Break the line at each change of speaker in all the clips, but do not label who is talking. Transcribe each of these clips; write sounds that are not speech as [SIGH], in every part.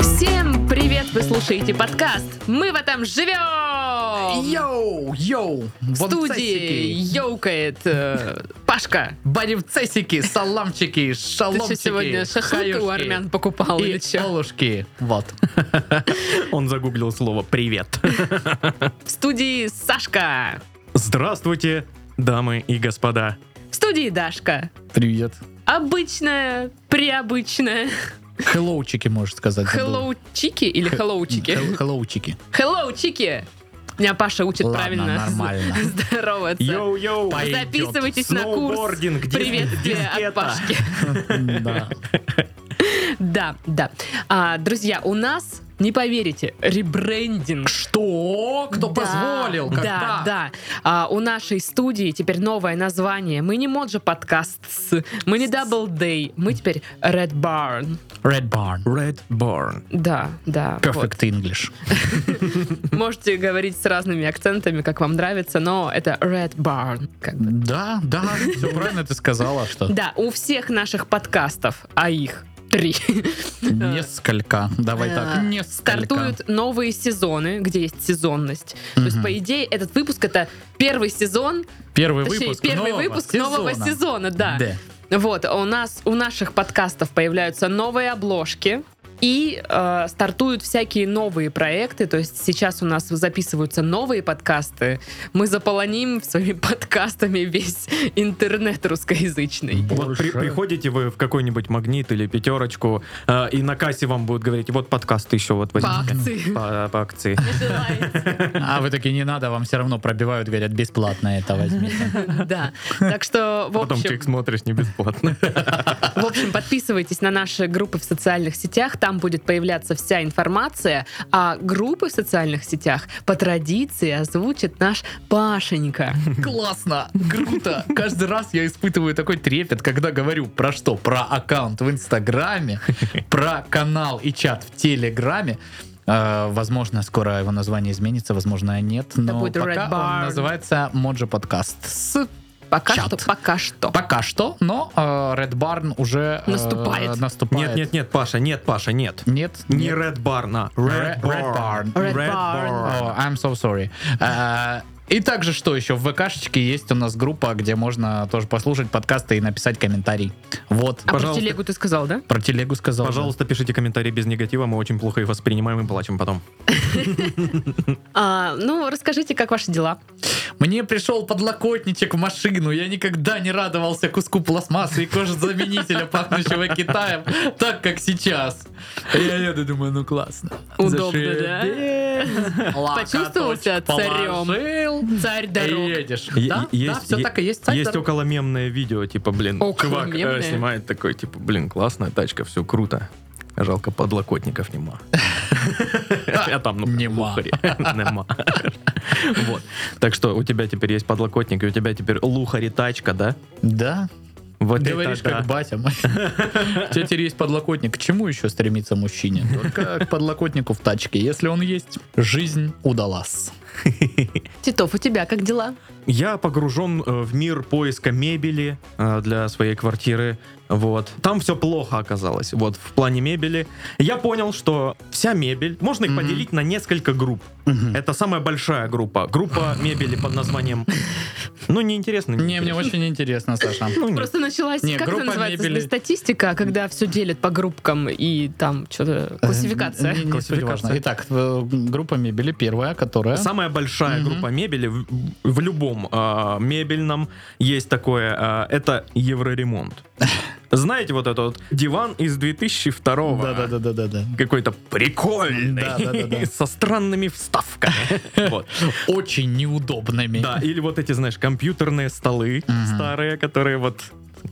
Всем привет! Вы слушаете подкаст «Мы в этом живем!»
Йоу, йоу,
В студии ёукает э, Пашка.
Баревцесики, саламчики,
[LAUGHS] Ты
шаломчики.
что сегодня шашлык
хаюшки
у армян покупал
и
или чё?
олушки. Вот. Он загуглил слово «привет».
В студии Сашка.
Здравствуйте, дамы и господа.
В студии Дашка.
Привет.
Обычная, приобычная.
Хеллоучики, можешь сказать. забыл.
Hello, чики или hello, чики?
Хел- Хеллоучики.
Hello, чики! Меня Паша учит
Ладно,
правильно [LAUGHS]
нормально.
здороваться.
Йоу-йоу,
Пойдет.
Записывайтесь на курс
Сноубординг, дис-
приветствия
дискета.
от Пашки.
Да.
Да, да. А, друзья, у нас, не поверите, ребрендинг.
Что? Кто
Да,
позволил? Когда?
Да, да. А, у нашей студии теперь новое название. Мы не Моджо подкаст, мы не Double Day, мы теперь Red Barn.
Red Barn.
Red Barn.
Да, да.
Perfect English.
вот. Можете говорить с разными акцентами, как вам нравится, но это Red Barn. как бы.
Да, да,
[LAUGHS]
все правильно ты сказала, что
Да, у всех наших подкастов, а их три,
несколько. Давай
А,
так, несколько.
стартуют новые сезоны, где есть сезонность. То есть,
Мгм.
по идее, этот выпуск это первый сезон,
Первый
точнее,
выпуск
первый
нового
выпуск
сезона.
нового сезона, да.
Да.
Вот, а у нас, у наших подкастов появляются новые обложки. И э, стартуют всякие новые проекты. То есть сейчас у нас записываются новые подкасты. Мы заполоним своими подкастами весь интернет русскоязычный.
Вот при-
Больше.
приходите вы в какой-нибудь магнит или пятерочку, э, и на кассе вам будут говорить, вот подкаст еще вот
По
возьмите.
акции.
По, по акции.
А вы такие, не надо, вам все равно пробивают, говорят, бесплатно это возьмите.
Да. Так что, в
Потом ты
общем,
их смотришь не
[LAUGHS]
бесплатно.
В общем, подписывайтесь на наши группы в социальных сетях, там будет появляться вся информация, а группы в социальных сетях по традиции озвучит наш Пашенька.
Классно, круто. Каждый раз я испытываю такой трепет, когда говорю про что? Про аккаунт в Инстаграме, про канал и чат в Телеграме. Э, Возможно, скоро его название изменится, возможно, нет. Но
будет Red
пока он
Barn.
называется Моджо Подкаст. С-
Пока
Чат.
что, пока что.
Пока что, но э, Red Barn уже э,
Наступает.
наступает.
Нет, нет, нет, Паша, нет, Паша, нет.
Нет,
Не
нет.
Red Barn, а
Red
Red
Barn.
Barn.
Red Barn.
Barn.
О, I'm so sorry. Э, И также что еще? В ВКшечке есть у нас группа, где можно тоже послушать подкасты и написать комментарий. Вот.
А про
пожалуйста.
телегу ты сказал, да?
Про телегу сказал.
Пожалуйста, пишите комментарии без негатива, мы очень плохо их воспринимаем и плачем потом.
А, ну, расскажите, как ваши дела.
Мне пришел подлокотничек в машину. Я никогда не радовался куску пластмассы и кожезаменителя, пахнущего Китаем, так как сейчас. Я еду, думаю, ну классно.
Удобно,
да?
Почувствовал себя царем? Царь
И
дорог.
едешь.
Е-
Да,
е-
да, все
е-
так и есть. царь
Есть
дорог.
околомемное видео, типа, блин, чувак э,
Околомемное?
снимает такой, типа, блин, классная тачка, все круто. Жалко, подлокотников
[LAUGHS]
нема. Я там, ну,
Нема.
лухари. Нема. Вот. Так что у тебя теперь есть подлокотник, и у тебя теперь лухари тачка, да?
Да,
Вот это
Говоришь,
да.
как батя. [LAUGHS] мой. У тебя теперь есть подлокотник. К чему еще стремится мужчине? Только к подлокотнику в тачке. Если он есть, жизнь удалась.
Титов, у тебя как дела?
Я погружен э, в мир поиска мебели э, для своей квартиры. Вот. Там все плохо оказалось. Вот в плане мебели. Я понял, что вся мебель, можно их
Мгм.
поделить на несколько групп. Это самая большая группа. Группа мебели под названием... Ну, неинтересно.
Не, мне
неинтересно.
очень интересно, Саша.
Ну, нет.
Просто началась,
Не,
как это
группа
называется,
мебели.
статистика, когда все делят по группкам и там что-то, классификация.
Не- не- не
Классификация.
столь важно. Итак, э, группа мебели первая, которая...
Самая большая
Мгм.
группа мебели в, в любом э, мебельном есть такое, э, это
[LAUGHS]
евроремонт. Знаете вот этот вот диван из 2002 -го?
Да-да-да-да-да.
какой-то прикольный,
Да, да, да, да.
[LAUGHS] со странными
[LAUGHS]
вставками. Вот.
Очень неудобными.
Да, или вот эти, знаешь, компьютерные столы
Мгм.
старые, которые вот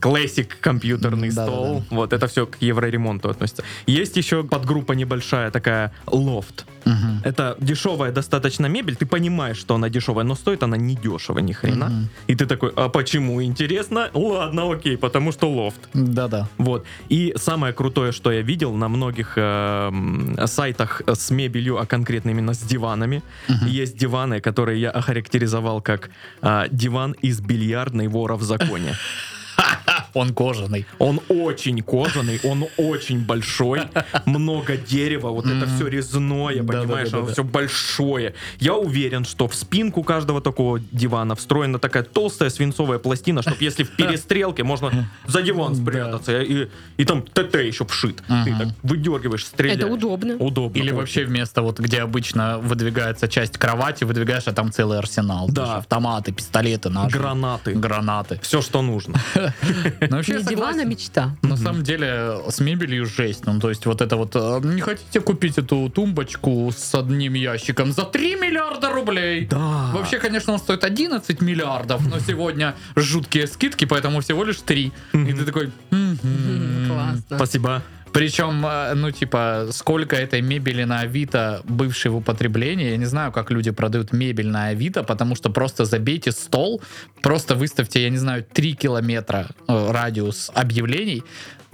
classic компьютерный
Да-да-да.
стол. Вот это все к евроремонту относится. Есть еще подгруппа небольшая такая лофт.
Мгм.
Это дешевая достаточно мебель, ты понимаешь, что она дешевая, но стоит она не дешево ни хрена.
Мгм.
И ты такой, а почему интересно? Ладно, окей, потому что лофт.
Да-да.
Вот. И самое крутое, что я видел на многих эм, сайтах с мебелью, а конкретно именно с диванами, есть диваны, которые я охарактеризовал как а, диван из бильярдной вора в законе.
Он кожаный.
Он очень кожаный, он очень большой, много дерева, вот это все резное,
Да-да-да-да-да.
понимаешь, оно все большое. Я уверен, что в спинку каждого такого дивана встроена такая толстая свинцовая пластина, чтобы если в перестрелке можно за диван спрятаться, и, и там ТТ еще вшит. Ты
Мгм.
так выдергиваешь, стреляешь.
Это удобно.
Удобно.
Или
очень.
вообще вместо вот, где обычно выдвигается часть кровати, выдвигаешь, а там целый арсенал.
Да.
Даже автоматы, пистолеты наши.
гранаты.
Гранаты.
[LAUGHS] Все, что нужно.
Ну, вообще, я
Не диван, а
согласен.
мечта.
На самом деле с мебелью жесть. Ну, то есть вот это вот... э, Не хотите купить эту тумбочку с одним ящиком за 3 миллиарда рублей?
Да.
Вообще, конечно, он стоит 11 миллиардов, но сегодня жуткие скидки, поэтому всего лишь 3. И ты такой... «Мгм».
Классно.
Спасибо.
Причем, э, ну, типа, сколько этой мебели на Авито бывшей в употреблении, я не знаю, как люди продают мебель на Авито, потому что просто забейте стол, просто выставьте, я не знаю, 3 километра э, радиус объявлений,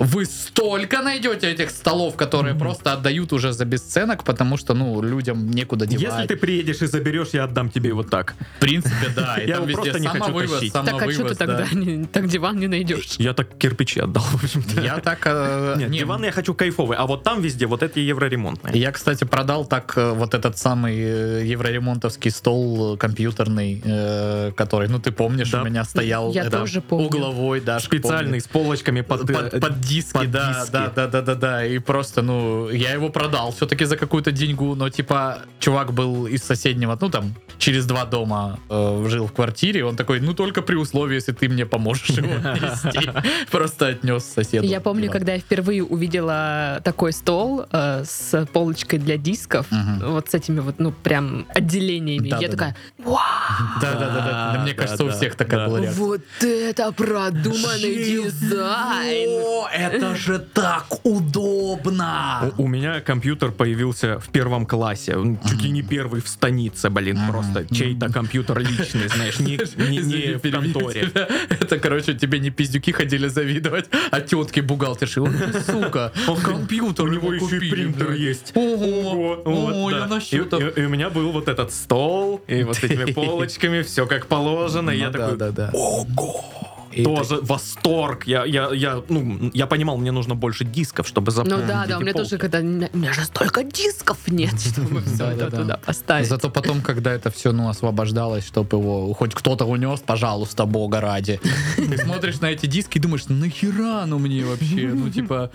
вы столько найдете этих столов, которые просто отдают уже за бесценок, потому что, ну, людям некуда девать.
Если ты приедешь и заберешь, я отдам тебе вот так.
В принципе, да, и
Я
там
его
везде
просто не хочу
самовывоз,
тащить.
Так а что ты
самовывоз,
тогда
да.
[LAUGHS] не- так диван не найдешь?
Я так кирпичи отдал, в общем-то.
Я так... э,
Нет,
не,
диван я хочу кайфовый, а вот там везде вот эти евроремонтные.
Я, кстати, продал так э, вот этот самый э, евроремонтовский стол э, компьютерный, э, который, ну ты помнишь,
Да.
у меня стоял
Я
это,
тоже помню.
угловой, да, помню.
Специальный, с полочками под...
под,
э,
под диски,
под
да,
диски.
да, да, да, да, да, и просто, ну, я его продал все-таки за какую-то деньгу, но типа чувак был из соседнего, ну там через два дома э, жил в квартире, он такой, ну только при условии, если ты мне поможешь
[LAUGHS]
его отнести, просто отнес соседу.
Я помню,
Диван.
когда я впервые увидела такой стол э, с полочкой для дисков,
Мгм.
вот с этими вот, ну, прям отделениями.
Да,
я
да,
такая,
Да, да, да, да, да, мне
Да,
кажется, у
да,
всех такая
да.
была реакция.
вот это продуманный дизайн!
О, это же так удобно!
э, У у меня компьютер появился в первом классе. Он чуть ли не первый в станице, блин, просто чей-то компьютер личный,
[LAUGHS]
знаешь, не, не- не
Извини,
в
перебью
конторе.
тебя. Это, короче, тебе не пиздюки ходили завидовать, а тетки бухгалтерши. Вот ты, сука, компьютер
У него
его
еще и
купили,
принтер
блядь.
есть.
Ого,
Вот,
ой,
да.
а на
И-
счет-
и, и у меня был вот этот стол, и вот
[LAUGHS]
с этими полочками, все как
Ну
положено. и я
да,
такой,
да, да. И
тоже восторг. Я, я, я, ну, я понимал, мне нужно больше дисков, чтобы
Ну
заполнить.
да, да, у
эти
меня
полки.
тоже когда... У меня же столько дисков
[LAUGHS]
нет, чтобы все
Да-да-да.
это туда
ты-
поставить.
Зато потом, когда это все ну, освобождалось, чтобы его хоть кто-то унес, пожалуйста, бога ради. Ты смотришь на эти диски и думаешь, нахера ну мне вообще? Ну, типа,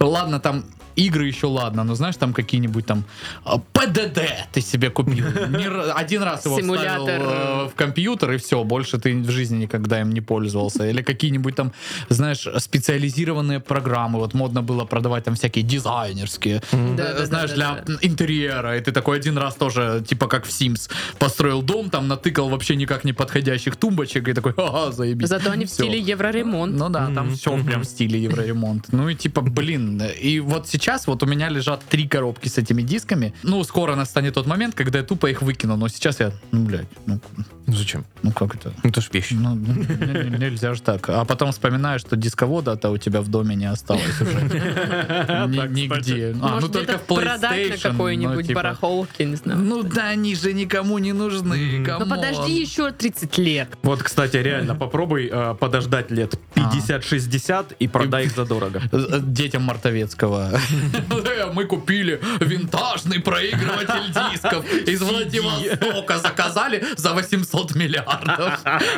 ладно, там игры еще ладно, но знаешь, там какие-нибудь там а, ПДД ты себе купил. Не ра- Один раз его вставил
Симулятор.
э, в компьютер, и все, больше ты в жизни никогда им не пользовался. Или какие-нибудь там, знаешь, специализированные программы. Вот модно было продавать там всякие дизайнерские.
Да, да,
Э, Знаешь,
да,
для
да, да.
интерьера. И ты такой один раз тоже, типа как в Sims, построил дом, там натыкал вообще никак не подходящих тумбочек и такой, ага, заебись.
Зато они в
Всё.
стиле евроремонт.
Ну да, там все прям в стиле евроремонт. Ну и типа, блин, и вот сейчас вот у меня лежат три коробки с этими дисками. Ну, скоро настанет тот момент, когда я тупо их выкину, но сейчас я, ну, блядь, ну,
Ну зачем?
ну как это?
Это ж вещь.
Ну, ну, не- не- нельзя же так. А потом вспоминаю, что дисковода-то у тебя в доме не осталось уже. Ни- Нигде. А, ну
Может,
только
где-то
в
продать на
PlayStation. ну,
какой-нибудь
типа,
барахолке, не знаю.
Ну да, они же никому не нужны.
Ну
камон.
подожди еще 30 лет.
Вот, кстати, реально, попробуй э, подождать лет 50-60 и продай их задорого.
Э, Детям Мартовецкого. Э, Мы купили винтажный проигрыватель дисков из Владивостока. Заказали за 800 миллиардов.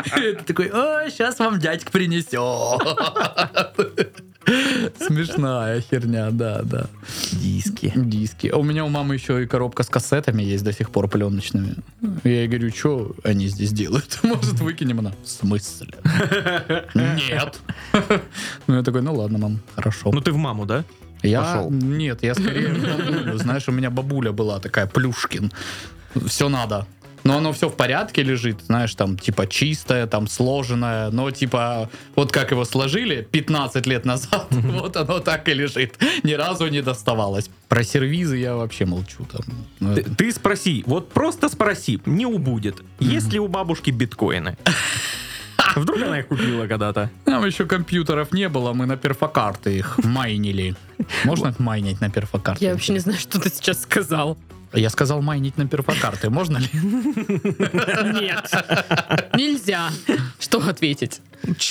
И ты такой, ой, сейчас вам дядька принесет. Смешная херня, да, да.
Диски.
Диски. А У меня у мамы еще и коробка с кассетами есть до сих пор пленочными. Я ей говорю, что они здесь делают? [LAUGHS] Может, выкинем она? В смысле? Нет. [LAUGHS] Ну, я такой, ну ладно, мам, хорошо.
Ну ты в маму, да?
Я...
пошел.
Нет, я скорее в бабулю. Знаешь, у меня бабуля была такая, Плюшкин. Все надо. но оно все в порядке лежит, знаешь, там, типа, чистое, там, сложенное, но, типа, вот как его сложили 15 лет [LAUGHS] назад, вот оно так и лежит. Ни разу не доставалось. Про сервизы я вообще молчу. Там. Ну,
Ты, ты спроси, вот просто спроси, не убудет, есть ли у бабушки биткоины? Вдруг она их купила когда-то.
Нам еще компьютеров не было, мы на перфокарты их [LAUGHS] майнили. Можно майнить на перфокарты?
Я вообще не знаю, что ты сейчас сказал.
Я сказал майнить на перфокарты, можно ли?
[LAUGHS] Нет. Нельзя. Что ответить?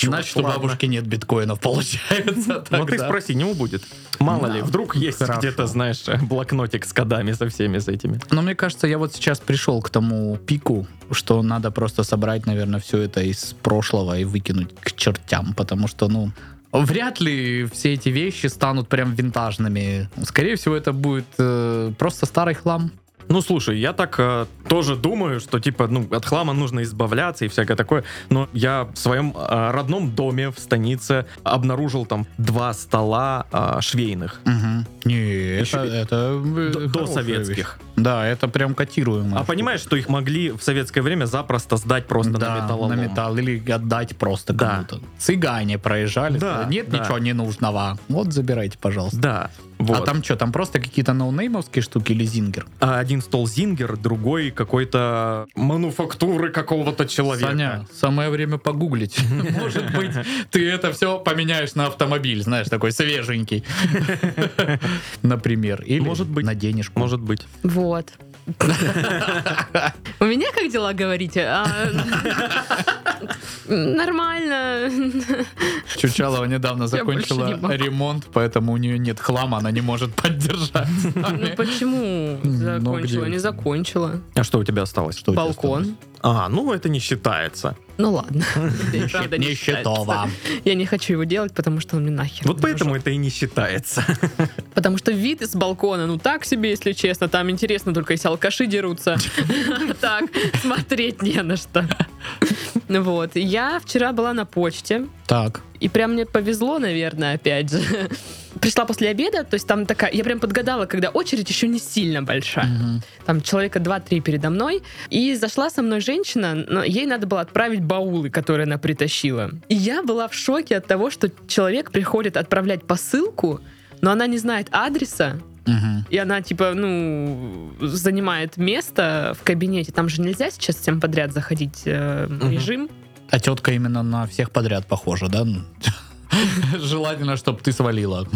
Значит, что у
ладно.
бабушки нет биткоинов, [LAUGHS] получается.
Вот ты
тогда.
спроси, не убудет. Мало
Да,
ли, вдруг есть
хорошо.
где-то, знаешь, блокнотик с кодами со всеми с этими.
Но мне кажется, я вот сейчас пришел к тому пику, что надо просто собрать, наверное, все это из прошлого и выкинуть к чертям, потому что, ну, вряд ли все эти вещи станут прям винтажными. Скорее всего, это будет э, просто старый хлам.
Ну, слушай, я так э, тоже думаю, что, типа, ну, от хлама нужно избавляться и всякое такое. Но я в своем э, родном доме в станице обнаружил там два стола э, швейных.
Не,
Еще
это,
и-
это, э,
До- до
хорошая
советских.
вещь. Да, это прям котируемо.
А понимаешь, что их могли в советское время запросто сдать просто
Да,
на металлолом?
металл или отдать просто
Да.
кому-то. Цыгане проезжали,
Да,
сказали, нет
да.
ничего ненужного. Вот забирайте, пожалуйста.
Да. Вот.
А там что, там просто какие-то ноунеймовские штуки или зингер?
А один стол Зингер, другой какой-то мануфактуры какого-то человека.
Саня, самое время
[LAUGHS]
погуглить. Может быть, ты это все поменяешь на автомобиль, знаешь, такой свеженький. [LAUGHS] Например. Или
Может быть.
на денежку.
Может быть.
Вот. У меня как дела, говорите? А, Нормально.
Чучалова
[LAUGHS]
недавно
Я больше
закончила
не могу.
ремонт, поэтому у нее нет хлама, она не может [LAUGHS] поддержать.
Ну почему
Ну,
закончила?
где?
Не закончила.
А что у тебя осталось?
Что у тебя осталось?
Балкон.
А, ну это не считается.
Ну ладно. Это и правда не
Нищетова.
считается. Я не хочу его делать, потому что он мне нахер.
Вот
не
поэтому
нужен.
это и не считается.
Потому что вид из балкона, ну так себе, если честно. Там интересно только, если алкаши дерутся. [LAUGHS] А Так, смотреть не на что. Ну Вот. Я вчера была на почте.
[LAUGHS]
Так.
И прям мне повезло, наверное, опять же. Пришла после обеда, то есть там такая... Я прям подгадала, когда очередь еще не сильно большая.
Мгм.
Там человека 2-3 передо мной. И зашла со мной женщина, но ей надо было отправить баулы, которые она притащила. И я была в шоке от того, что человек приходит отправлять посылку, но она не знает адреса,
Мгм.
и она, типа, ну, занимает место в кабинете. Там же нельзя сейчас всем подряд заходить э,
Мгм.
режим.
А тетка именно на всех подряд похожа, да? [LAUGHS] Желательно, чтобы ты [LAUGHS] свалила.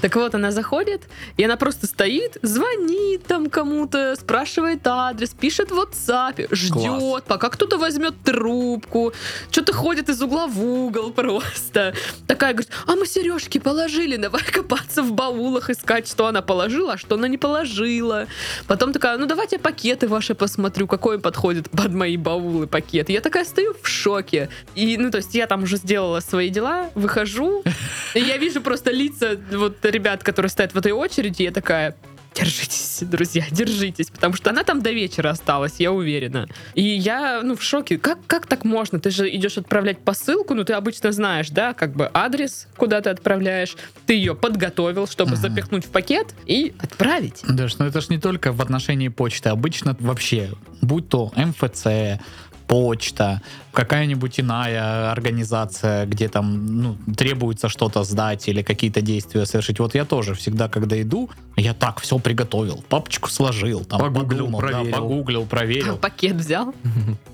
Так вот, она заходит, и она просто стоит, звонит там кому-то, спрашивает адрес, пишет в WhatsApp, ждет,
Класс.
пока кто-то возьмет трубку, что-то ходит из угла в угол [LAUGHS] просто. Такая говорит, а мы сережки положили, давай копаться в баулах, искать, что она положила, а что она не положила. Потом такая, ну давайте пакеты ваши посмотрю, какой подходит под мои баулы пакет. Я такая стою в шоке. И, ну, то есть я там уже сделала свои дела, выхожу, и я вижу просто лица вот ребят, которые стоят в этой очереди, я такая... Держитесь, друзья, держитесь, потому что она там до вечера осталась, я уверена. И я, ну, в шоке. Как, как так можно? Ты же идешь отправлять посылку, ну, ты обычно знаешь, да, как бы адрес, куда ты отправляешь, ты ее подготовил, чтобы
Мгм.
запихнуть в пакет и отправить.
Да ж, ну это ж не только в отношении почты. Обычно вообще, будь то МФЦ, почта, какая-нибудь иная организация, где там ну, требуется что-то сдать или какие-то действия совершить. Вот я тоже всегда, когда иду, я так все приготовил, папочку сложил, там,
Погуглил,
подумал, да,
проверил.
погуглил,
[LAUGHS]
проверил.
Пакет взял.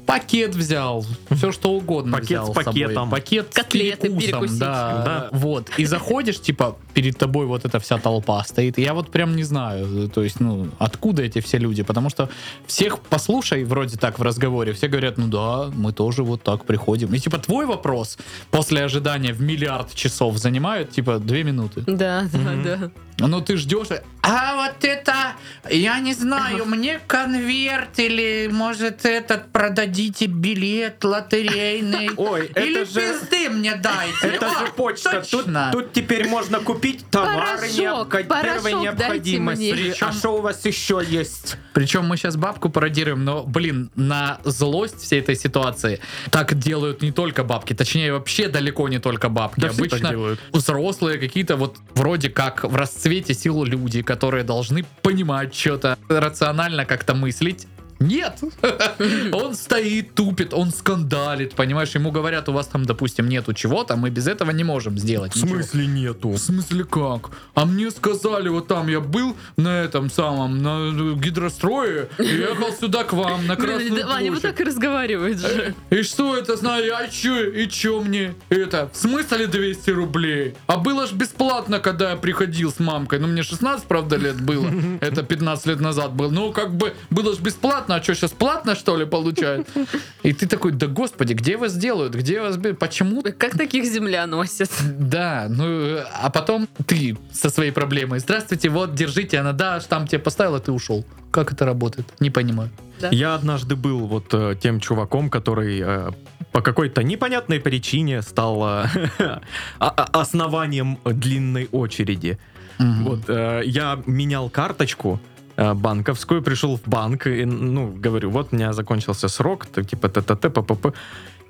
Пакет взял, все что угодно
Пакет
взял
с
собой.
пакетом.
Пакет с
Котлеты
перекусом,
перекусить.
Да,
Да.
вот. И заходишь, типа, перед тобой вот эта вся толпа стоит. И Я вот прям не знаю, то есть, ну, откуда эти все люди, потому что всех послушай вроде так в разговоре, все говорят, ну да, мы тоже вот так приходим. И типа твой вопрос после ожидания в миллиард часов занимает, типа, две минуты.
Да, да,
Мгм.
да.
Ну ты ждешь, а вот это, я не [LAUGHS] знаю, мне конверт или может этот продадите билет [LAUGHS] лотерейный.
Ой,
Или
это же...
пизды мне дайте.
Это
О,
же почта. Тут,
точно.
тут теперь можно купить товары
А, Порошок,
необхо- первой
порошок дайте мне.
необходимости.
Причем-
А что у вас еще есть?
[LAUGHS] Причем мы сейчас бабку пародируем, но, блин, на злость всей этой ситуации так делают не только бабки, точнее, вообще далеко не только бабки.
Да все так
Обычно
делают.
взрослые какие-то вот вроде как в расцвете сил люди, которые должны понимать что-то, рационально как-то мыслить. Нет. Он стоит, тупит, он скандалит, понимаешь? Ему говорят, у вас там, допустим, нету чего-то, мы без этого не можем сделать.
В
ничего.
смысле нету?
В смысле как? А мне сказали, вот там я был на этом самом, на гидрострое, и ехал сюда к вам, на
Блин,
Красную
да, Ваня, вот
площадь.
так и разговаривает
[LAUGHS]
же.
И что это знаю? А чё? И чё мне это? В смысле 200 рублей? А было ж бесплатно, когда я приходил с мамкой. Ну, мне 16, правда, лет
[LAUGHS]
было. Это 15 лет назад было. Ну, как бы, было ж бесплатно. А чё, сейчас платно, что ли, получают? И ты такой, да господи, где вас делают? Где вас... бе- Почему
Как таких земля носит?
да, ну, э, а потом ты со своей проблемой. Здравствуйте, вот, держите, она, да, там тебе поставила, ты ушел. Как это работает? Не понимаю.
Я однажды был вот э, тем чуваком, который э, по какой-то непонятной причине стал э, [LAUGHS] а- а- основанием длинной очереди. Вот э, я менял карточку э, банковскую, пришел в банк, и, ну, говорю, вот у меня закончился срок, т- типа ТТТ, ППП.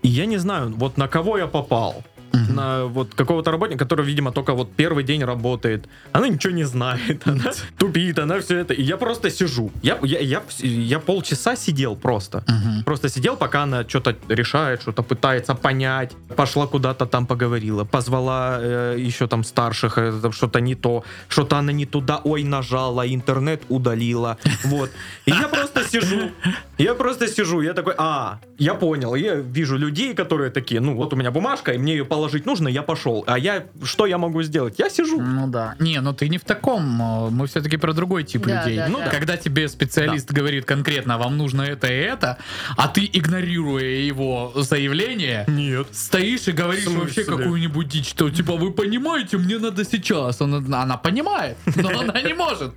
И я не знаю, вот на кого я попал.
Мгм.
На вот какого-то работника, который, видимо, только вот первый день работает. Она ничего не знает, она тупит, она все это. И я просто сижу. Я, я, я, вс- я полчаса сидел просто.
Мгм.
Просто сидел, пока она что-то решает, что-то пытается понять. Пошла куда-то там поговорила, позвала э, еще там старших, э, там что-то не то, что-то она не туда, ой, нажала, интернет удалила. [LAUGHS] Вот. И я просто сижу, я просто сижу, я такой, а, я понял, я вижу людей, которые такие, ну вот у меня бумажка, и мне ее положить нужно, я пошел. А я, что я могу сделать? Я сижу.
Ну да. Не, ну ты не в таком. э, Мы все-таки про другой тип
Да,
людей.
да,
Ну да. да.
Когда тебе специалист говорит конкретно, «А вам нужно это и это, а ты, игнорируя его заявление,
Нет.
стоишь и говоришь
В смысле?
вообще какую-нибудь дичь, что типа вы понимаете, мне надо сейчас. Она, она понимает, но она не может.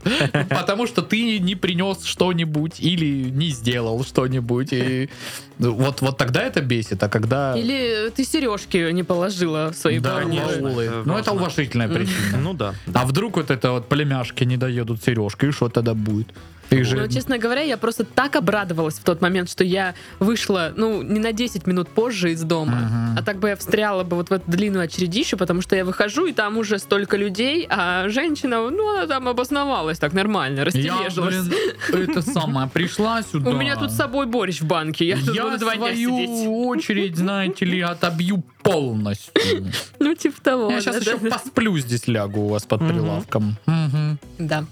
Потому что ты не принес что-нибудь или не сделал что-нибудь. И вот, вот тогда это бесит, а когда...
Или ты сережки не положила в свои
Да,
баулы?
конечно,
баулы.
это
Ну, это
важно.
уважительная причина.
Ну да.
А вдруг вот это вот племяшки не доедут сережки, и что тогда будет? Их же...
Но, Ну, честно говоря, я просто так обрадовалась в тот момент, что я вышла, ну, не на 10 минут позже из дома,
Мгм.
а так бы я встряла бы вот в эту длинную очередищу, потому что я выхожу, и там уже столько людей, а женщина, ну, она там обосновалась так нормально,
Я,
растележилась.
блин, это самое, пришла сюда.
У меня тут с собой борщ в банке, я тут буду два дня
свою
сидеть.
очередь, знаете ли, отобью
[LAUGHS]
полностью.
Ну, типа того.
Я сейчас
да,
еще
да, да.
посплю здесь, лягу у вас под
Мгм.
прилавком. Мгм.
Да.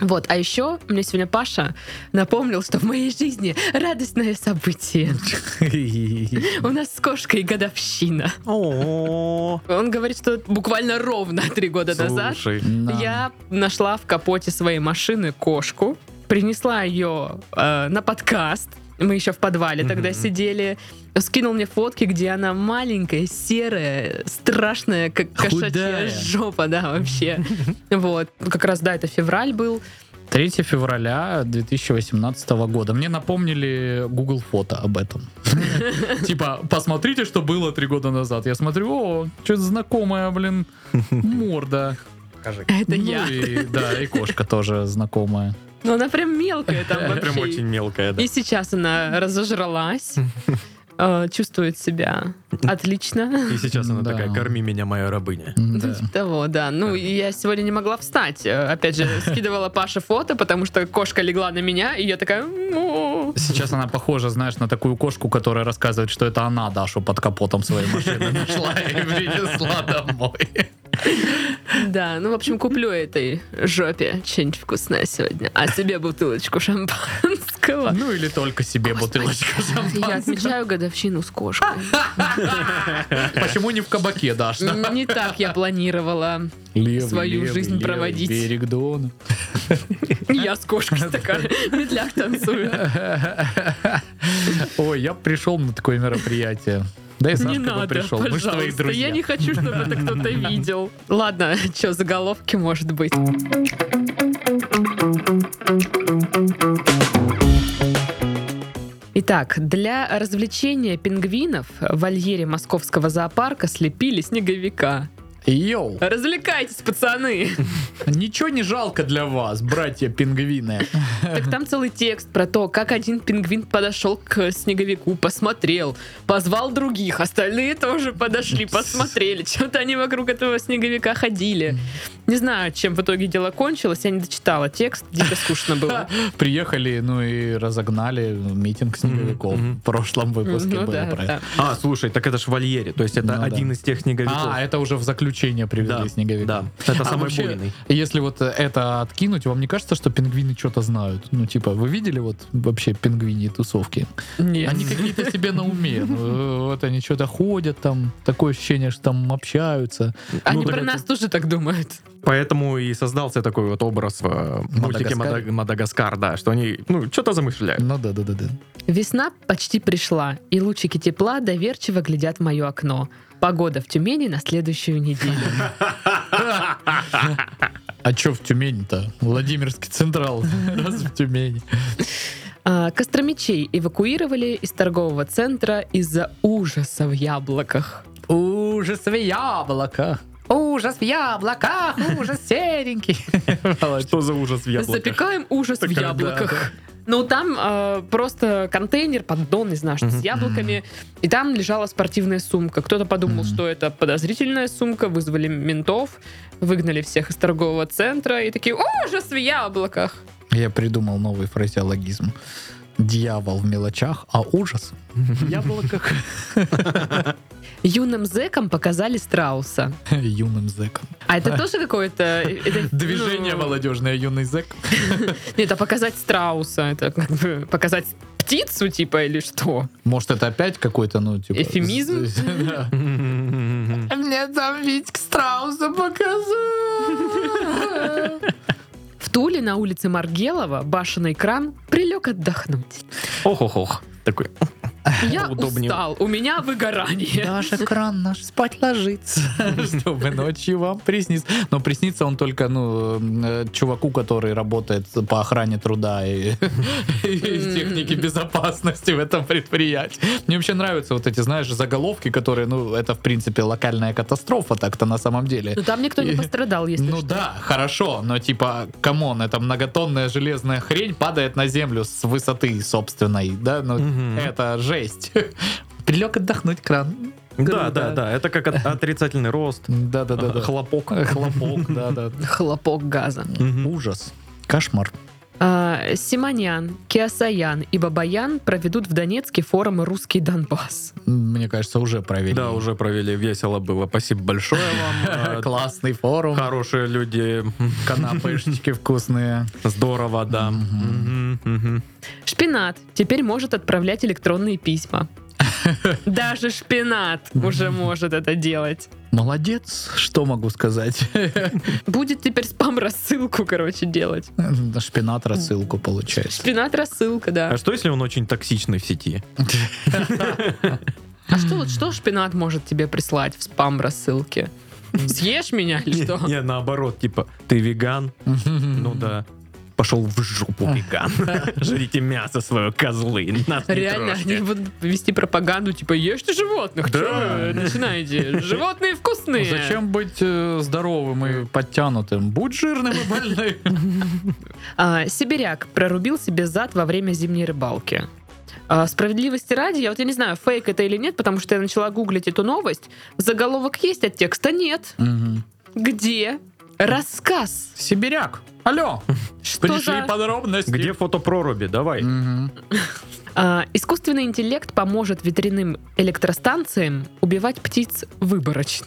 Вот, а еще мне сегодня Паша напомнил, что в моей жизни радостное событие. У нас с кошкой годовщина.
О,
Он говорит, что буквально ровно три года назад
Слушай.
Да.
я нашла в капоте своей машины кошку, принесла ее э, на подкаст. Мы еще в подвале тогда
Мгм.
сидели. Скинул мне фотки, где она маленькая, серая, страшная, как кошачья
Худая.
жопа, да, вообще. Вот. Как раз, да, это февраль был.
3 февраля 2018 года. Мне напомнили Google фото об этом. [LAUGHS] Типа, посмотрите, что было три года назад. Я смотрю, о, что-то знакомая, блин, морда.
Это
Ну
я.
и- Да, и кошка тоже знакомая.
Ну, она прям мелкая там
Она прям
вообще.
очень мелкая, да.
И сейчас она разожралась, э, чувствует себя отлично.
И сейчас она
Да.
такая, корми меня, моя рабыня.
[LAUGHS] Ну,
Да.
типа того, да. Ну, и я сегодня не могла встать. Э, Опять
[LAUGHS]
же, скидывала Паше фото, потому что кошка легла на меня, и я такая... «Му».
Сейчас она похожа, знаешь, на такую кошку, которая рассказывает, что это она Дашу под капотом своей машины нашла и принесла домой.
Да, ну, в общем, куплю этой жопе что-нибудь вкусное сегодня, а себе бутылочку шампанского.
Ну или только себе бутылочку
Я
шампанского.
отмечаю годовщину с кошкой.
Почему не в кабаке, Даш?
[LAUGHS] Не так я планировала. Ну, свою жизнь проводить.
Берег Дона.
Я с
[LAUGHS]
кошкой такая в медлях танцую.
Ой, я пришел на такое мероприятие. Да и
Не
Сашка бы
надо,
пришел. Мы же
пожалуйста.
твои друзья.
Я не хочу, чтобы это
[LAUGHS]
кто-то видел. Ладно, [LAUGHS] что, заголовки, может быть. Итак, для развлечения пингвинов в вольере московского зоопарка слепили снеговика.
Йоу,
Развлекайтесь, пацаны!
ничего не жалко для вас, братья пингвины.
Так там целый текст про то, как один пингвин подошел к снеговику, посмотрел, позвал других, остальные тоже подошли, посмотрели, что-то они вокруг этого снеговика ходили. Не знаю, чем в итоге дело кончилось, я не дочитала текст, дико скучно
[LAUGHS]
было.
Приехали, ну и разогнали митинг снеговиков.
Мгм, мгм.
В прошлом выпуске
Ну
было
да,
про это.
да.
А, слушай, так это ж вольере, то есть это
Ну да.
один из тех снеговиков.
А, это уже в заключение привели
да,
снеговика.
да, это
А
самый
вообще,
буйный.
Если вот это откинуть, вам не кажется, что пингвины что-то знают? Ну, типа, вы видели вот вообще пингвини тусовки?
Нет.
Они какие-то себе на уме. Ну, Вот они что-то ходят там, такое ощущение, что там общаются.
Они
Ну,
про
так
нас тоже так думают.
Поэтому и создался такой вот образ в э, мультике
Мадагаскаре?
Мада- Мадагаскар, да, что они, ну,
[LAUGHS]
что-то замышляют.
Ну да, да, да, да.
Весна почти пришла, и лучики тепла доверчиво глядят в мое окно. Погода в Тюмени на следующую неделю.
А чё в Тюмени-то? Владимирский [LAUGHS] Централ. Раз в Тюмени.
А, Костромичей эвакуировали из торгового центра из-за ужаса в яблоках.
Ужас в яблоко. Ужас в яблоках, ужас серенький.
Что за ужас в яблоках?
Запекаем ужас в
Так, да,
яблоках. Ну, там э, просто контейнер, поддон, не знаю, что с
Мгм.
яблоками. И там лежала спортивная сумка. Кто-то подумал,
Мгм.
что это подозрительная сумка, вызвали ментов, выгнали всех из торгового центра и такие «Ужас в яблоках!»
Я придумал новый фразеологизм. Дьявол в мелочах, а ужас [LAUGHS] в яблоках.
Юным зэкам показали страуса.
Юным зэком.
А это тоже какое-то... э, это,
Движение
ну,
молодежное, юный зэк.
Нет, а показать страуса, это как бы показать птицу, типа, или что?
Может, это опять какой-то, ну, типа...
Эфемизм?
[LAUGHS] Да.
М-м-м-м.
Мне там Витька Страуса показал.
В Туле на улице Маргелова башенный кран прилег отдохнуть.
Ох-ох-ох. Такой.
Я
Удобнее.
устал, у меня выгорание.
Даже кран наш спать ложится, [LAUGHS] чтобы ночью вам приснится. Но приснится он только, ну, э, чуваку, который работает по охране труда и [LAUGHS] и технике безопасности в этом предприятии. Мне вообще нравятся вот эти, знаешь, заголовки, которые, ну, это, в принципе, локальная катастрофа так-то на самом деле.
Но там никто не
И-
пострадал, если
Ну
что.
да, хорошо, но типа, камон, эта многотонная железная хрень падает на землю с высоты собственной, да, ну
Мгм.
это жесть. [LAUGHS] Прилег отдохнуть кран.
Да,
Круто.
да, да. Это как от- отрицательный рост.
Да, да, да, да.
Хлопок.
Хлопок, да, да.
[LAUGHS] Хлопок газа.
Мгм.
Ужас. Кошмар.
А, Симонян, Киасаян и Бабаян проведут в Донецке форум «Русский Донбасс».
Мне кажется, уже провели.
Да, уже провели. Весело было.
[LAUGHS]
Спасибо большое вам. Э,
А, Классный форум.
Хорошие люди.
Канапешечки вкусные.
Здорово, да.
Мгм.
Мгм, мгм.
Шпинат теперь может отправлять электронные
[LAUGHS]
письма. Даже шпинат уже может это делать.
Молодец, что могу сказать.
Будет теперь спам-рассылку, короче, делать.
[LAUGHS] Шпинат рассылку получается.
Шпинат-рассылка, да.
А что, если он очень токсичный в сети?
А что вот что шпинат может тебе прислать в спам рассылке? Съешь меня или что?
Не, наоборот, типа, ты веган? Ну да. Пошел в жопу,
А.
веган. [LAUGHS] Жрите мясо свое, козлы. Нас не
Реально,
трожьте.
они будут вести пропаганду, типа, ешьте животных,
Да. Ну,
чё вы начинаете? Животные вкусные.
Ну, Зачем быть э, здоровым и подтянутым? Будь жирным и больным.
А, сибиряк прорубил себе зад во время зимней рыбалки. А, справедливости ради, я вот я не знаю, фейк это или нет, потому что я начала гуглить эту новость. Заголовок есть, а текста нет.
Мгм.
Где? Рассказ.
Сибиряк. Алло,
Что за...
пришли подробности.
Где фото проруби? Давай.
Мгм.
А, искусственный интеллект поможет ветряным электростанциям убивать птиц выборочно.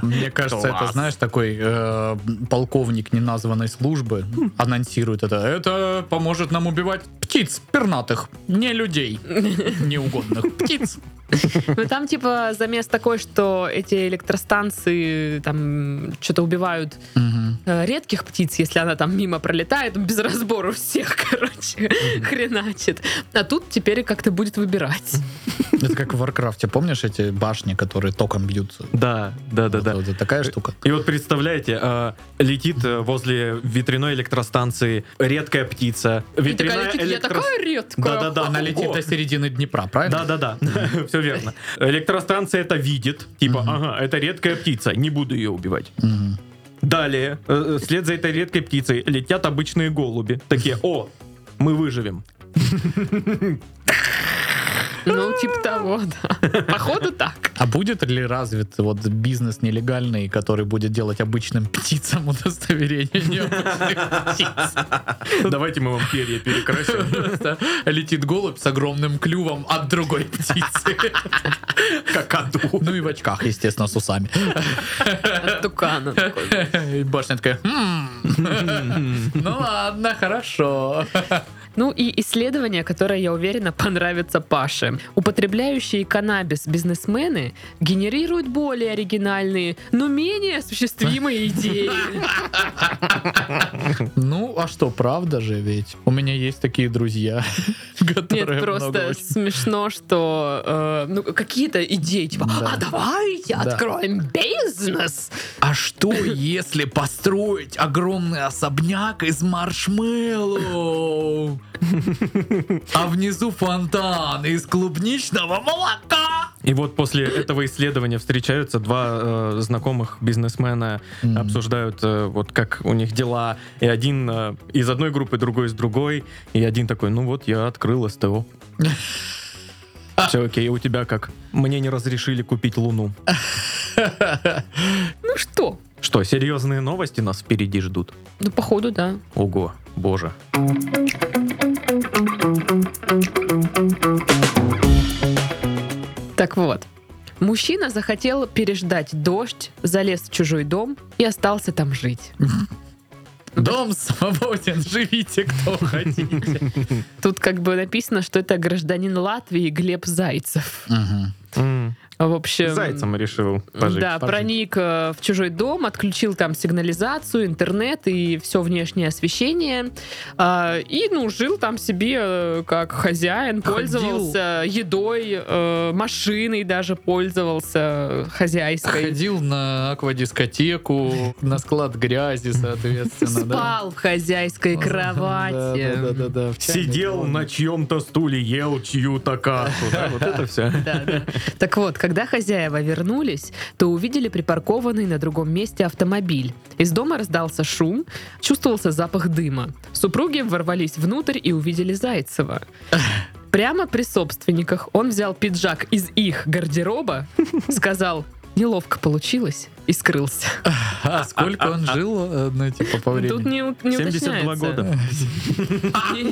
Мне кажется, это,
Класс.
знаешь, такой э, полковник неназванной службы анонсирует это. Это поможет нам убивать птиц пернатых, не
[LAUGHS]
людей, неугодных птиц.
Ну там типа замес такой, что эти электростанции там что-то убивают э, редких птиц, если она там мимо пролетает, без разбора всех, [LAUGHS] короче, хреначит. А тут теперь как-то будет выбирать.
Это как в Варкрафте, помнишь эти башни, которые током бьются?
Да, да, да,
Вот
да.
это такая штука.
И вот представляете, э, летит э, возле ветряной электростанции редкая птица.
И такая
Ветряная
летит, я
электро-
такая редкая.
Да-да-да.
Она летит
О.
до середины Днепра, правильно?
Да, да, [LAUGHS] да, все верно. Электростанция это видит, типа, ага, это редкая птица, не буду ее убивать.
Мгм.
Далее, э, вслед за этой редкой птицей летят обычные голуби, такие, о, мы выживем.
Ну, типа того, да. Походу так.
А будет ли развит вот бизнес нелегальный, который будет делать обычным птицам удостоверение необычных птиц?
Давайте мы вам перья перекрасим.
Просто Летит голубь с огромным клювом от другой птицы. Какаду. Ну и в очках, естественно, с усами.
От тукана.
И башня такая, «Хм». ну ладно, хорошо.
Ну и исследование, которое, я уверена, понравится Паше. Употребляющие каннабис бизнесмены генерируют более оригинальные, но менее
[LAUGHS]
осуществимые идеи.
Ну, а что, правда же ведь? У меня есть такие друзья, [LAUGHS] которые
Нет,
много
просто
очень-
смешно, что э, ну, какие-то идеи, типа,
Да.
а давайте
Да.
откроем бизнес.
А что, если построить огромный особняк из маршмеллоу? А внизу фонтан из клубничного молока?
И вот после этого исследования встречаются два э, знакомых бизнесмена,
Мгм.
обсуждают э, вот как у них дела, и один э, из одной группы, другой из другой, и один такой, ну вот я открыл [LAUGHS] СТО. Все окей, у тебя как? Мне не разрешили купить Луну.
Ну что?
Что, серьезные новости нас впереди ждут?
Ну, походу, да.
Ого, боже.
Так вот. Мужчина захотел переждать дождь, залез в чужой дом и остался там жить.
Дом свободен, [LAUGHS] живите кто хотите.
Тут как бы написано, что это гражданин Латвии Глеб Зайцев.
Мгм.
М, Эм,
В общем...
Зайцем решил пожить.
да, проник э, в чужой дом, отключил там сигнализацию, интернет и все внешнее освещение. А, и, ну, жил там себе э, как хозяин,
Ходил.
пользовался едой, э, машиной даже пользовался э, хозяйской.
Ходил на аквадискотеку, на склад грязи, соответственно. да.
Спал в хозяйской кровати.
Да, да, да, да, в чайной
Сидел
комнате.
на чьем-то стуле, ел чью-то кашу. Да, вот это все.
Да, да. Так вот, когда хозяева вернулись, то увидели припаркованный на другом месте автомобиль. Из дома раздался шум, чувствовался запах дыма. Супруги ворвались внутрь и увидели Зайцева. Прямо при собственниках он взял пиджак из их гардероба, сказал «неловко получилось» и скрылся.
А сколько он жил, э, ну, типа, по
Тут
времени?
не, у- не
72
уточняется.
года.
Не,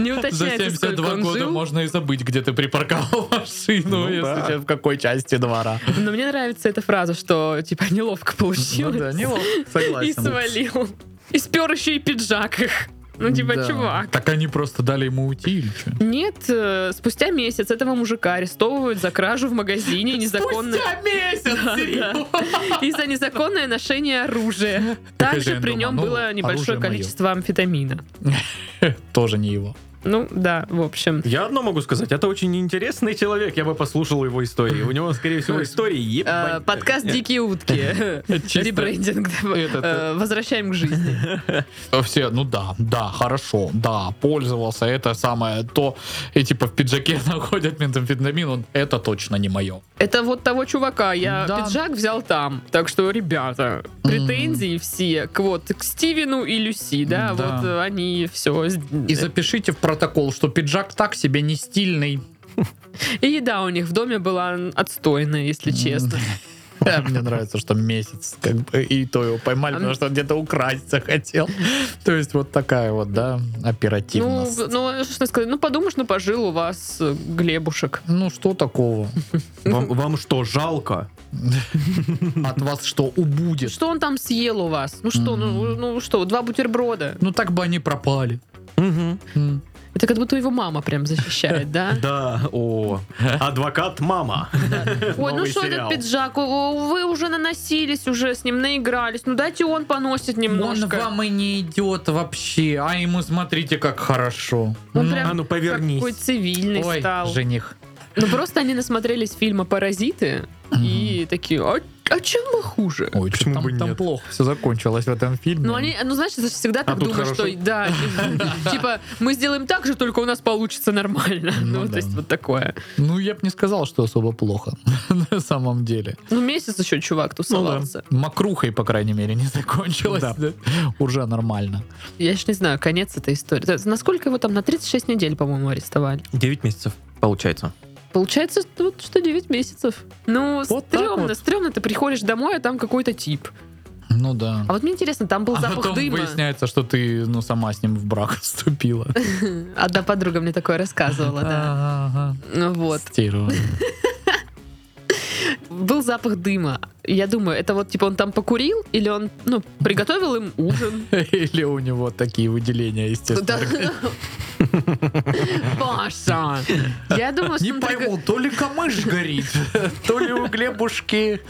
не
За
уточняется, сколько
72
он
года
жил.
можно и забыть, где ты припарковал [LAUGHS] машину,
Ну
если
да.
тебе в какой части двора.
Но мне нравится эта фраза, что типа «неловко
Ну
получилось».
да, неловко,
И
согласен.
свалил. И спер еще и пиджак их. Ну, типа,
Да.
чувак.
Так они просто дали ему уйти или что?
Нет, э, спустя месяц этого мужика арестовывают за кражу в магазине и незаконное...
месяц,
Да,
серьезно?
И за незаконное ношение оружия. Также
хозяин
при
дома,
нем
ну,
было небольшое
оружие моё.
количество амфетамина.
Тоже не его.
Ну, да, в общем.
Я одно могу сказать, это очень интересный человек, я бы послушал его истории. У него, скорее всего, истории
Э,
ебать.
Подкаст «Дикие утки».
Чисто
Ребрендинг. да.
этот,
Э, Возвращаем к жизни.
Все, ну да, да, хорошо, да, пользовался, это самое то. И типа в пиджаке [LAUGHS] находят метамфетамин, он, это точно не мое.
Это вот того чувака. Я
Да.
пиджак взял там. Так что, ребята, претензии все к вот к Стивену и Люси, да,
Да.
вот э, они все.
И запишите в протокол, что пиджак так себе не стильный. [LAUGHS]
И еда у них в доме была отстойная, если честно.
Э, Мне нравится, что месяц, как бы, и то его поймали, потому что он где-то украсть захотел. [LAUGHS] То есть вот такая вот, да,
Ну,
оперативность.
ну, что сказать, ну подумаешь, ну пожил у вас э, Глебушек.
Ну, что такого? [LAUGHS]
э,
Вам, вам что, жалко?
От вас что, убудет?
Что он там съел у вас? Ну что, ну,
Мгм.
ну что, два бутерброда.
Ну, так бы они пропали. М.
Это как будто его мама прям защищает, да?
Да, о, адвокат мама.
Ой, ну
[LAUGHS] Новый
что этот
сериал.
пиджак? О, о, Вы уже наносились, уже с ним наигрались. Ну дайте он поносит немножко.
Он вам и не идет вообще, а ему смотрите, как хорошо.
Он
Ну,
прям
А ну повернись.
Какой цивильный
Ой,
стал.
жених.
Ну просто они насмотрелись фильма «Паразиты» и такие, а, а чем мы хуже?
Ой,
Почему
там,
бы
там
нет?
плохо все закончилось в этом фильме.
Ну, они, ну, знаешь,
А
всегда так
тут
думаешь,
хорошо.
что
[LAUGHS]
да, [LAUGHS] типа, мы сделаем так же, только у нас получится нормально.
Ну
Ну, то
да.
есть, вот такое.
Ну, я бы не сказал, что особо плохо, [LAUGHS] на самом деле.
Ну, месяц еще чувак тусовался.
Мокрухой, по крайней мере, не [LAUGHS] закончилось.
Да.
да. Уже нормально.
Я ж не знаю, конец этой истории. Да, Насколько его там на 36 недель, по-моему, арестовали.
9 месяцев, получается.
Получается, вот что 9 месяцев. Ну,
Вот так
стрёмно,
вот.
стрёмно. Ты приходишь домой, а там какой-то тип.
Ну да.
А вот мне интересно, там был
А
запах
потом
дыма.
выясняется, что ты ну сама с ним в брак [LAUGHS] вступила.
Одна подруга мне такое рассказывала, да.
Ага.
Ну Вот.
Стирую.
Был запах дыма. Я думаю, это вот, типа, он там покурил, или он, ну, приготовил им ужин.
[LAUGHS] Или у него такие выделения,
Да.
естественно.
[LAUGHS] Паша! Я думаю, что
Не
он приго-
пойму, то ли камыш горит, [LAUGHS] то ли у Глебушки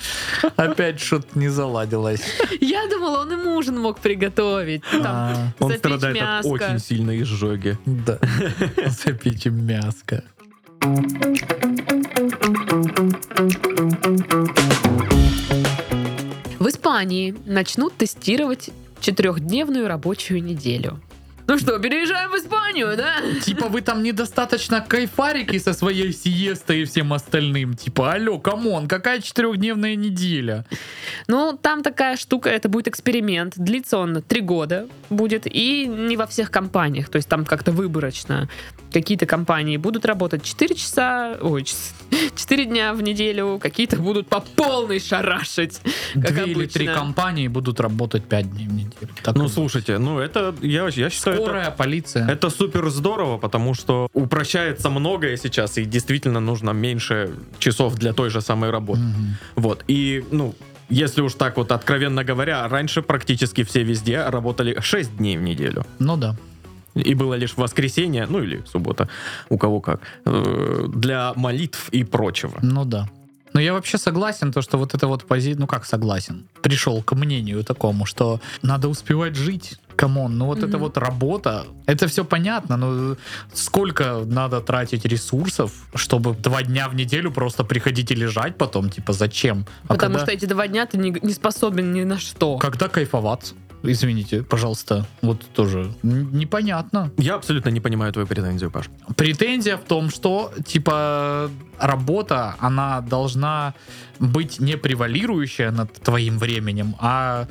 опять что-то не заладилось.
Я думала, он им ужин мог приготовить. Там,
А,
Он
запечь
страдает
мяско.
от очень сильной изжоги.
Да, [LAUGHS] запечем мяско.
В Испании начнут тестировать четырехдневную рабочую неделю. Ну что, переезжаем в Испанию, да?
Типа вы там недостаточно кайфарики со своей сиестой и всем остальным. Типа, алло, камон, какая четырехдневная неделя?
Ну, там такая штука, это будет эксперимент. Длится он три года будет, и не во всех компаниях. То есть там как-то выборочно. Какие-то компании будут работать 4 часа, ой, [LAUGHS] 4 дня в неделю, какие-то будут по полной шарашить. Как
Две или три
обычно.
компании будут работать пять дней в неделю. Так
Ну,
и
слушайте, ну это, я, я считаю, это-
Скорая, полиция.
Это супер здорово, потому что упрощается многое сейчас, и действительно нужно меньше часов для той же самой работы.
Мгм.
Вот. И, ну, если уж так вот откровенно говоря, раньше практически все везде работали 6 дней в неделю.
Ну да.
И было лишь воскресенье, ну или суббота, у кого как, э, для молитв и прочего.
Ну да. Но я вообще согласен, то, что вот это вот позиция, ну как согласен, пришел к мнению такому, что надо успевать жить. Камон, ну вот это
Мгм.
вот работа, это все понятно, но сколько надо тратить ресурсов, чтобы два дня в неделю просто приходить и лежать потом, типа зачем? А
Потому
когда,
что эти два дня ты не, не способен ни на что.
когда кайфоваться? Извините, пожалуйста, вот тоже н- непонятно.
Я абсолютно не понимаю твою претензию, Паш.
Претензия в том, что типа работа, она должна быть не превалирующая над твоим временем, а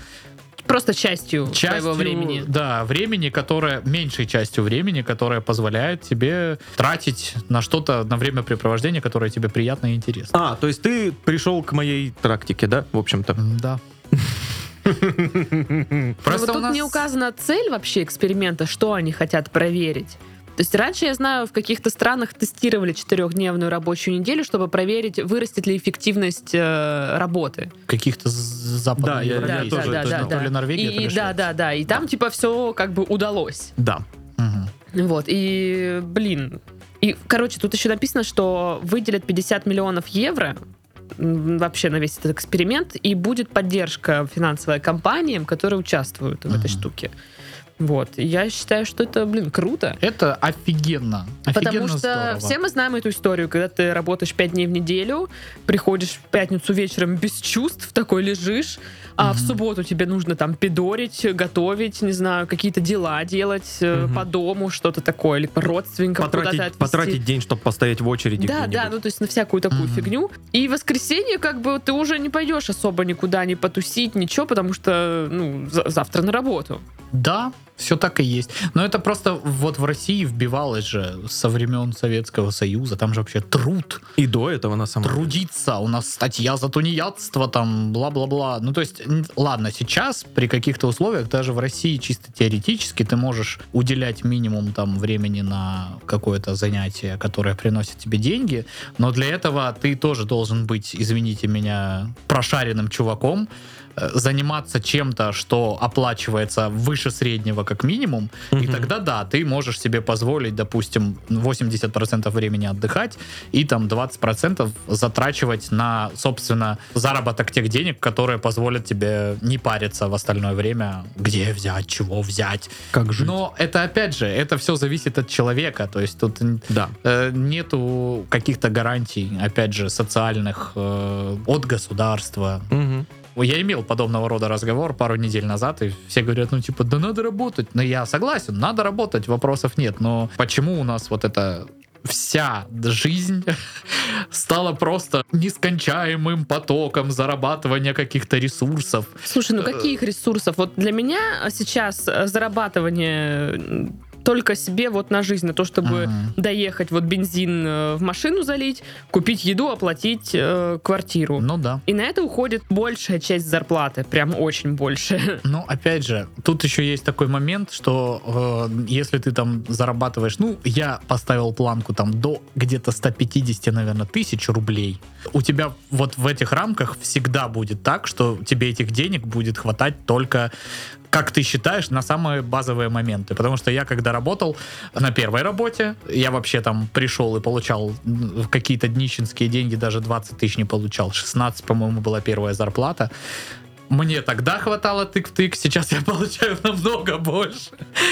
Просто частью,
частью
твоего времени.
Да, времени, которое меньшей частью времени, которое позволяет тебе тратить на что-то, на времяпрепровождение, которое тебе приятно и интересно.
А, то есть ты пришел к моей практике, да, в общем-то? [LAUGHS]
Да.
Но Ну, вот тут не указана цель вообще эксперимента, что они хотят проверить. То есть раньше, я знаю, в каких-то странах тестировали четырехдневную рабочую неделю, чтобы проверить, вырастет ли эффективность э, работы.
каких-то з- западных
Да, я- я
европейцев,
тоже
то
это
ли
знал.
то ли Норвегия, то
И,
ли
да, да, да. И там типа все как бы удалось.
Да.
Швеция. Мгм.
Вот. И, блин. И, короче, тут еще написано, что выделят 50 миллионов евро м, вообще на весь этот эксперимент, и будет поддержка финансовая компаниям, которые участвуют в этой
Мгм.
штуке. Вот. И Я считаю, что это, блин, круто.
Это офигенно.
Потому
Офигенно
что
здорово.
все мы знаем эту историю, когда ты работаешь пять дней в неделю, приходишь в пятницу вечером без чувств, такой лежишь, а в
Мгм.
субботу тебе нужно там пидорить, готовить, не знаю, какие-то дела делать э,
Мгм.
по дому, что-то такое, или родственникам куда-то
Потратить,
отвезти.
потратить день, чтобы постоять в очереди
Да,
где-нибудь.
да, ну то есть на всякую такую
Мгм.
фигню. И в воскресенье как бы ты уже не пойдешь особо никуда не потусить, ничего, потому что ну, за- завтра на работу.
Да, все так и есть. Но это просто вот в России вбивалось же со времен Советского Союза. Там же вообще труд,
И до этого на самом деле.
трудиться. У нас статья за тунеядство, там, бла-бла-бла. Ну, то есть, н- ладно, сейчас при каких-то условиях, даже в России чисто теоретически, ты можешь уделять минимум там времени на какое-то занятие, которое приносит тебе деньги. Но для этого ты тоже должен быть, извините меня, прошаренным чуваком, э, заниматься чем-то, что оплачивается выше среднего как минимум, и
Мгм.
тогда да, ты можешь себе позволить, допустим, 80% времени отдыхать и там 20% затрачивать на, собственно, заработок тех денег, которые позволят тебе не париться в остальное время, где взять, чего взять.
Как жить?
Но это опять же, это все зависит от человека, то есть тут
Да.
э, нету каких-то гарантий, опять же, социальных э, от государства, Ой, Я имел подобного рода разговор пару недель назад, и все говорят, ну, типа, да надо работать. Но я согласен, надо работать, вопросов нет. Но почему у нас вот эта вся жизнь [LAUGHS] стала просто нескончаемым потоком зарабатывания каких-то ресурсов?
Слушай, ну
Э,
каких ресурсов? Вот для меня сейчас э, зарабатывание м, только себе вот на жизнь, на то, чтобы
Мгм.
доехать, вот бензин э, в машину залить, купить еду, оплатить э, квартиру.
Ну да.
И на это уходит большая часть зарплаты, прям очень большая.
Ну, опять же, тут еще есть такой момент, что э, если ты там зарабатываешь, ну, я поставил планку там до где-то 150, наверное, тысяч рублей, у тебя вот в этих рамках всегда будет так, что тебе этих денег будет хватать только, как ты считаешь, на самые базовые моменты. Потому что я, когда работал на первой работе, я вообще там пришел и получал м, какие-то днищенские деньги, даже 20 тысяч не получал. 16, по-моему, была первая зарплата мне тогда хватало тык в тык, сейчас я [LAUGHS] получаю намного больше.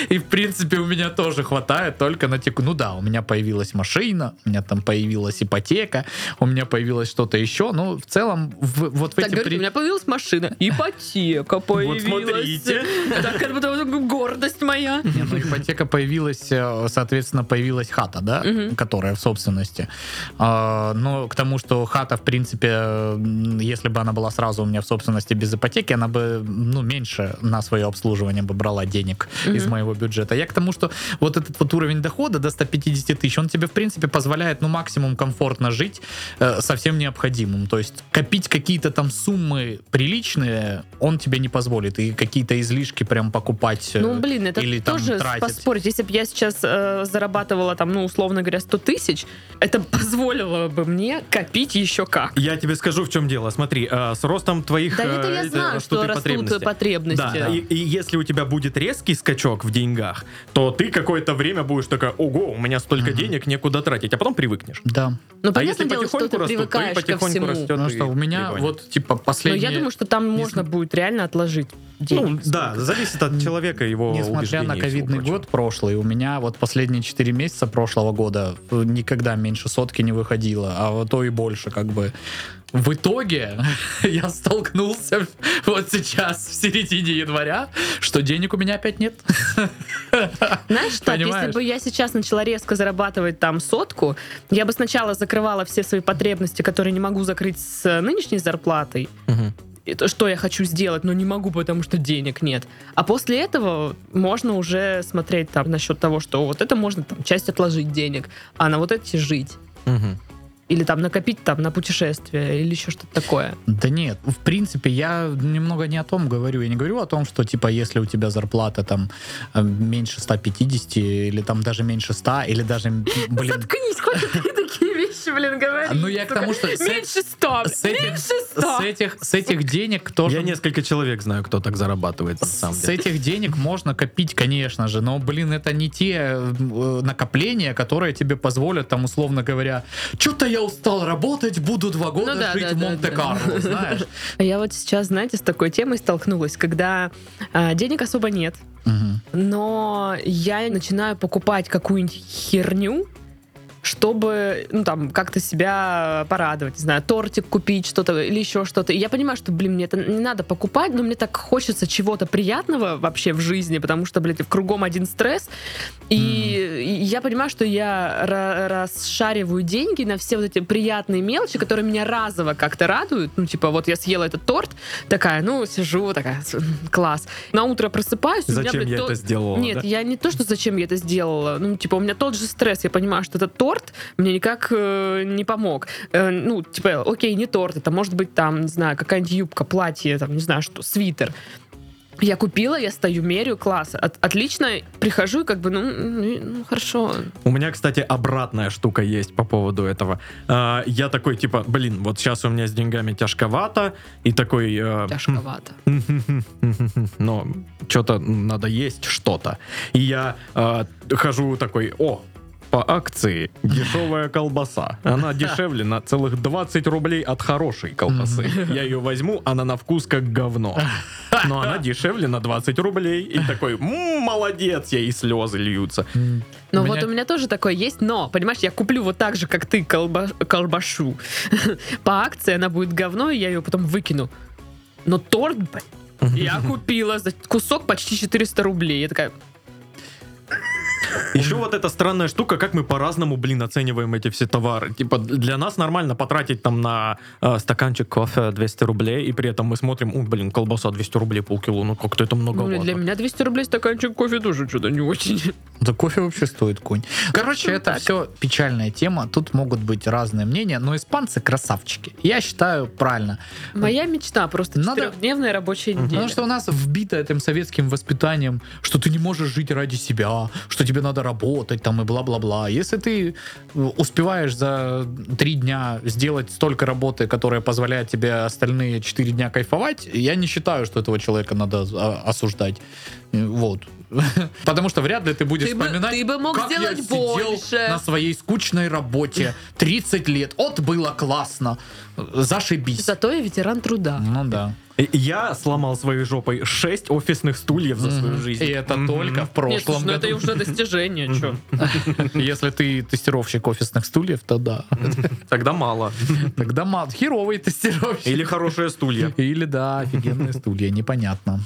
И, в принципе, у меня тоже хватает только на теку. Ну да, у меня появилась машина, у меня там появилась ипотека, у меня появилось что-то еще. Ну, в целом, в- вот в
Так
эти
говорит,
при-
у меня появилась машина, ипотека появилась.
смотрите.
[LAUGHS] Так, как будто вот гордость моя.
Не, ну, ипотека появилась, э, соответственно, появилась хата, да,
Мгм.
которая в собственности. А, Но к тому, что хата, в принципе, м, если бы она была сразу у меня в собственности без ипотеки, она бы, ну, меньше на свое обслуживание бы брала денег из
Мгм.
моего бюджета. Я к тому, что вот этот вот уровень дохода до 150 тысяч, он тебе, в принципе, позволяет, ну, максимум комфортно жить э, со всем необходимым. То есть копить какие-то там суммы приличные он тебе не позволит. И какие-то излишки прям покупать. э,
Ну, блин, это
или там
тоже
тратить.
поспорить. Если бы я сейчас э, зарабатывала там, ну, условно говоря, 100 тысяч, это [LAUGHS] позволило бы мне копить еще как.
Я тебе скажу, в чем дело. Смотри, а, с ростом твоих...
Да это
э,
я
э,
знаю,
растут
что
и
растут потребности.
Да, и, и если у тебя будет резкий скачок в деньгах, то ты какое-то время будешь такая, ого, у меня столько
Мгм.
денег, некуда тратить, а потом привыкнешь.
Да.
Ну,
а
понятное
если
дело, что
потихоньку
ты
растут, то и
привыкаешь ко
потихоньку
всему.
растет.
Потому что у меня
Ливане.
вот типа
Но
последние...
я думаю, что там
не
можно
зн-
будет реально отложить
Ну,
деньги.
да, зависит от человека, его
Несмотря
убеждений
на
и всего
ковидный
прочего.
год прошлый, у меня вот последние 4 месяца прошлого года э, никогда меньше сотки не выходило, а вот то и больше как бы. В итоге [LAUGHS] я столкнулся [LAUGHS] вот сейчас, в середине января, что денег у меня опять нет.
Знаешь так, если
Понимаешь?
бы я сейчас начала резко зарабатывать там сотку, я бы сначала закрывала все свои потребности, которые не могу закрыть с э, нынешней зарплатой,
Мгм.
и то, что я хочу сделать, но не могу, потому что денег нет. А после этого можно уже смотреть там насчет того, что вот это можно там часть отложить денег, а на вот эти жить.
Мгм.
Или там накопить там на путешествие, или еще что-то такое.
Да нет, в принципе, я немного не о том говорю. Я не говорю о том, что, типа, если у тебя зарплата там э, меньше 150 или там даже меньше 100, или даже, м, блин...
Заткнись, хватит [LAUGHS] ты такие вещи, блин, говорить.
Ну, я к
сука.
тому, что с э-
Меньше сто,
с этих,
меньше сто.
с этих, с этих денег тоже...
Я несколько человек знаю, кто так зарабатывает, на самом
С
деле.
этих денег можно копить, конечно же, но, блин, это не те э, накопления, которые тебе позволят, там, условно говоря, что-то я устал работать, буду два года
Ну да,
жить
да,
в
да,
Монте-Карло,
[LAUGHS] да.
знаешь?
А Я вот сейчас, знаете, с такой темой столкнулась, когда а, денег особо нет,
Мгм.
но я начинаю покупать какую-нибудь херню, чтобы, ну, там, как-то себя порадовать, не знаю, тортик купить, что-то или еще что-то. И я понимаю, что, блин, мне это не надо покупать, но мне так хочется чего-то приятного вообще в жизни, потому что, блядь, кругом один стресс. И, и я понимаю, что я ра- расшариваю деньги на все вот эти приятные мелочи, которые меня разово как-то радуют. Ну, типа, вот я съела этот торт, такая, ну, сижу, такая, класс. На утро просыпаюсь, и у меня,
Зачем
блядь,
я
то-
это сделала?
нет,
да?
я не то, что зачем я это сделала. Ну, типа, у меня тот же стресс. Я понимаю, что этот торт мне никак э, не помог. Э, ну, типа, окей, не торт. Это может быть, там, не знаю, какая-нибудь юбка, платье, там, не знаю, что, свитер. Я купила, я стою, мерю, класс, от- отлично, прихожу и как бы, ну, м, ну, хорошо.
У меня, кстати, обратная штука есть по поводу этого. А, Я такой, типа, блин, вот сейчас у меня с деньгами тяжковато, и такой... э,
Тяжковато.
Но что-то надо есть что-то. И я э, хожу такой, о, по акции дешевая колбаса. Она дешевле на целых 20 рублей от хорошей колбасы. Я ее возьму, она на вкус как говно. Но она дешевле на 20 рублей. И такой, «М, молодец, я и слезы льются.
Но
У
Ну вот
меня-
у меня тоже такое есть, но, понимаешь, я куплю вот так же, как ты, колба- колбашу. [LAUGHS] По акции она будет говно, и я ее потом выкину. Но торт, «Ну, блин, я купила за кусок почти 400 рублей. Я такая...
Еще вот эта странная штука, как мы по-разному, блин, оцениваем эти все товары. Типа, для нас нормально потратить там на э, стаканчик кофе 200 рублей, и при этом мы смотрим, у, блин, колбаса 200 рублей полкило, ну как-то это
Ну,
многовато.
для меня 200 рублей стаканчик кофе тоже что-то не очень.
Да кофе вообще стоит конь. Короче,
Ну,
это
так.
все печальная тема. Тут могут быть разные мнения, но испанцы красавчики. Я считаю правильно.
[LAUGHS] Моя мечта просто
Надо-
четырехдневная рабочая неделя.
Потому что у нас вбито этим советским воспитанием, что ты не можешь жить ради себя, что тебе надо работать там и бла-бла-бла. Если ты э, успеваешь за три дня сделать столько работы, которая позволяет тебе остальные четыре дня кайфовать, я не считаю, что этого человека надо а, осуждать. Э, Вот. [LAUGHS] Потому что вряд ли ты будешь
Ты бы-
вспоминать,
ты бы мог
как я
сделать
сидел
больше».
на своей скучной работе 30 лет. От было классно. Зашибись.
Зато я ветеран труда.
Ну да.
И- Я сломал своей жопой 6 офисных стульев за свою
Мгм.
жизнь.
И это
Мгм.
только в
Нет, слушай,
прошлом
ну это
году.
уже достижение, что?
[LAUGHS] Если ты тестировщик офисных стульев, то да.
Тогда мало.
Тогда мат, херовый тестировщик.
Или хорошие стулья.
Или, да, офигенные стулья, непонятно.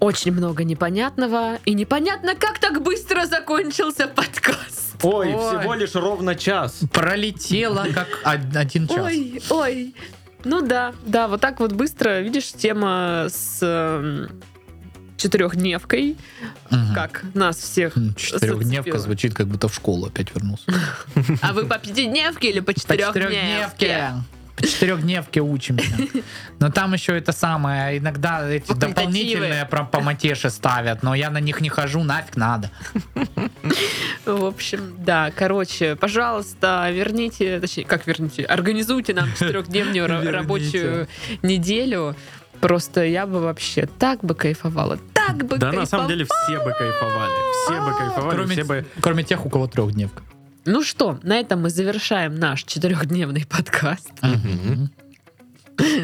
Очень много непонятного, и непонятно, как так быстро закончился подкаст.
Ой.
Ой, всего лишь ровно час.
Пролетело как од- один час.
Ой, ой. Ну да, да, вот так вот быстро, видишь, тема с эм, четырехдневкой,
Мгм.
как нас всех.
М, Четырехдневка
зацепила.
звучит, как будто в школу опять вернулся.
А вы по пятидневке или по четырехдневке?
По четырехдневке учимся. Но там еще это самое, иногда эти
Факультативы.
дополнительные прям по матеше ставят, но я на них не хожу, нафиг надо.
В общем, да, короче, пожалуйста, верните, точнее, как верните, организуйте нам четырехдневную ра-
Верните.
рабочую неделю. Просто я бы вообще так бы кайфовала, так бы
Да,
кайфовала.
на самом деле все бы кайфовали. Все бы кайфовали, все бы...
Кроме, кроме тех, у кого трехдневка.
Ну что, на этом мы завершаем наш четырехдневный подкаст.
Мгм.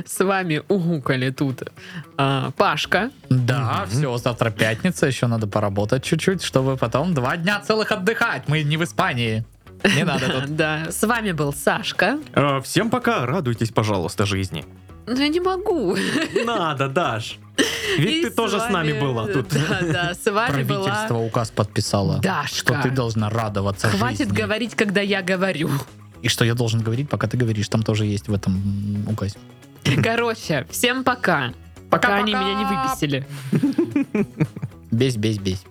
С вами угукали тут а, Пашка.
Да,
Мгм.
все, завтра пятница, еще надо поработать чуть-чуть, чтобы потом два дня целых отдыхать. Мы не в Испании.
[LAUGHS]
Не надо тут.
Да, с вами был Сашка.
Э, Всем пока, радуйтесь, пожалуйста, жизни.
Ну я не могу. [LAUGHS]
Надо, Даш.
И
Ведь ты тоже с нами
вами-
была тут.
Да, да, с вами была
Правительство указ подписало,
Дашка.
что ты должна радоваться
Хватит
жизни.
говорить, когда я
[LAUGHS]
говорю.
И что я должен говорить, пока ты говоришь. Там тоже есть в этом м, указе.
Короче, всем пока. Пока они меня не выбесили.
Бесь, бесь, бесь.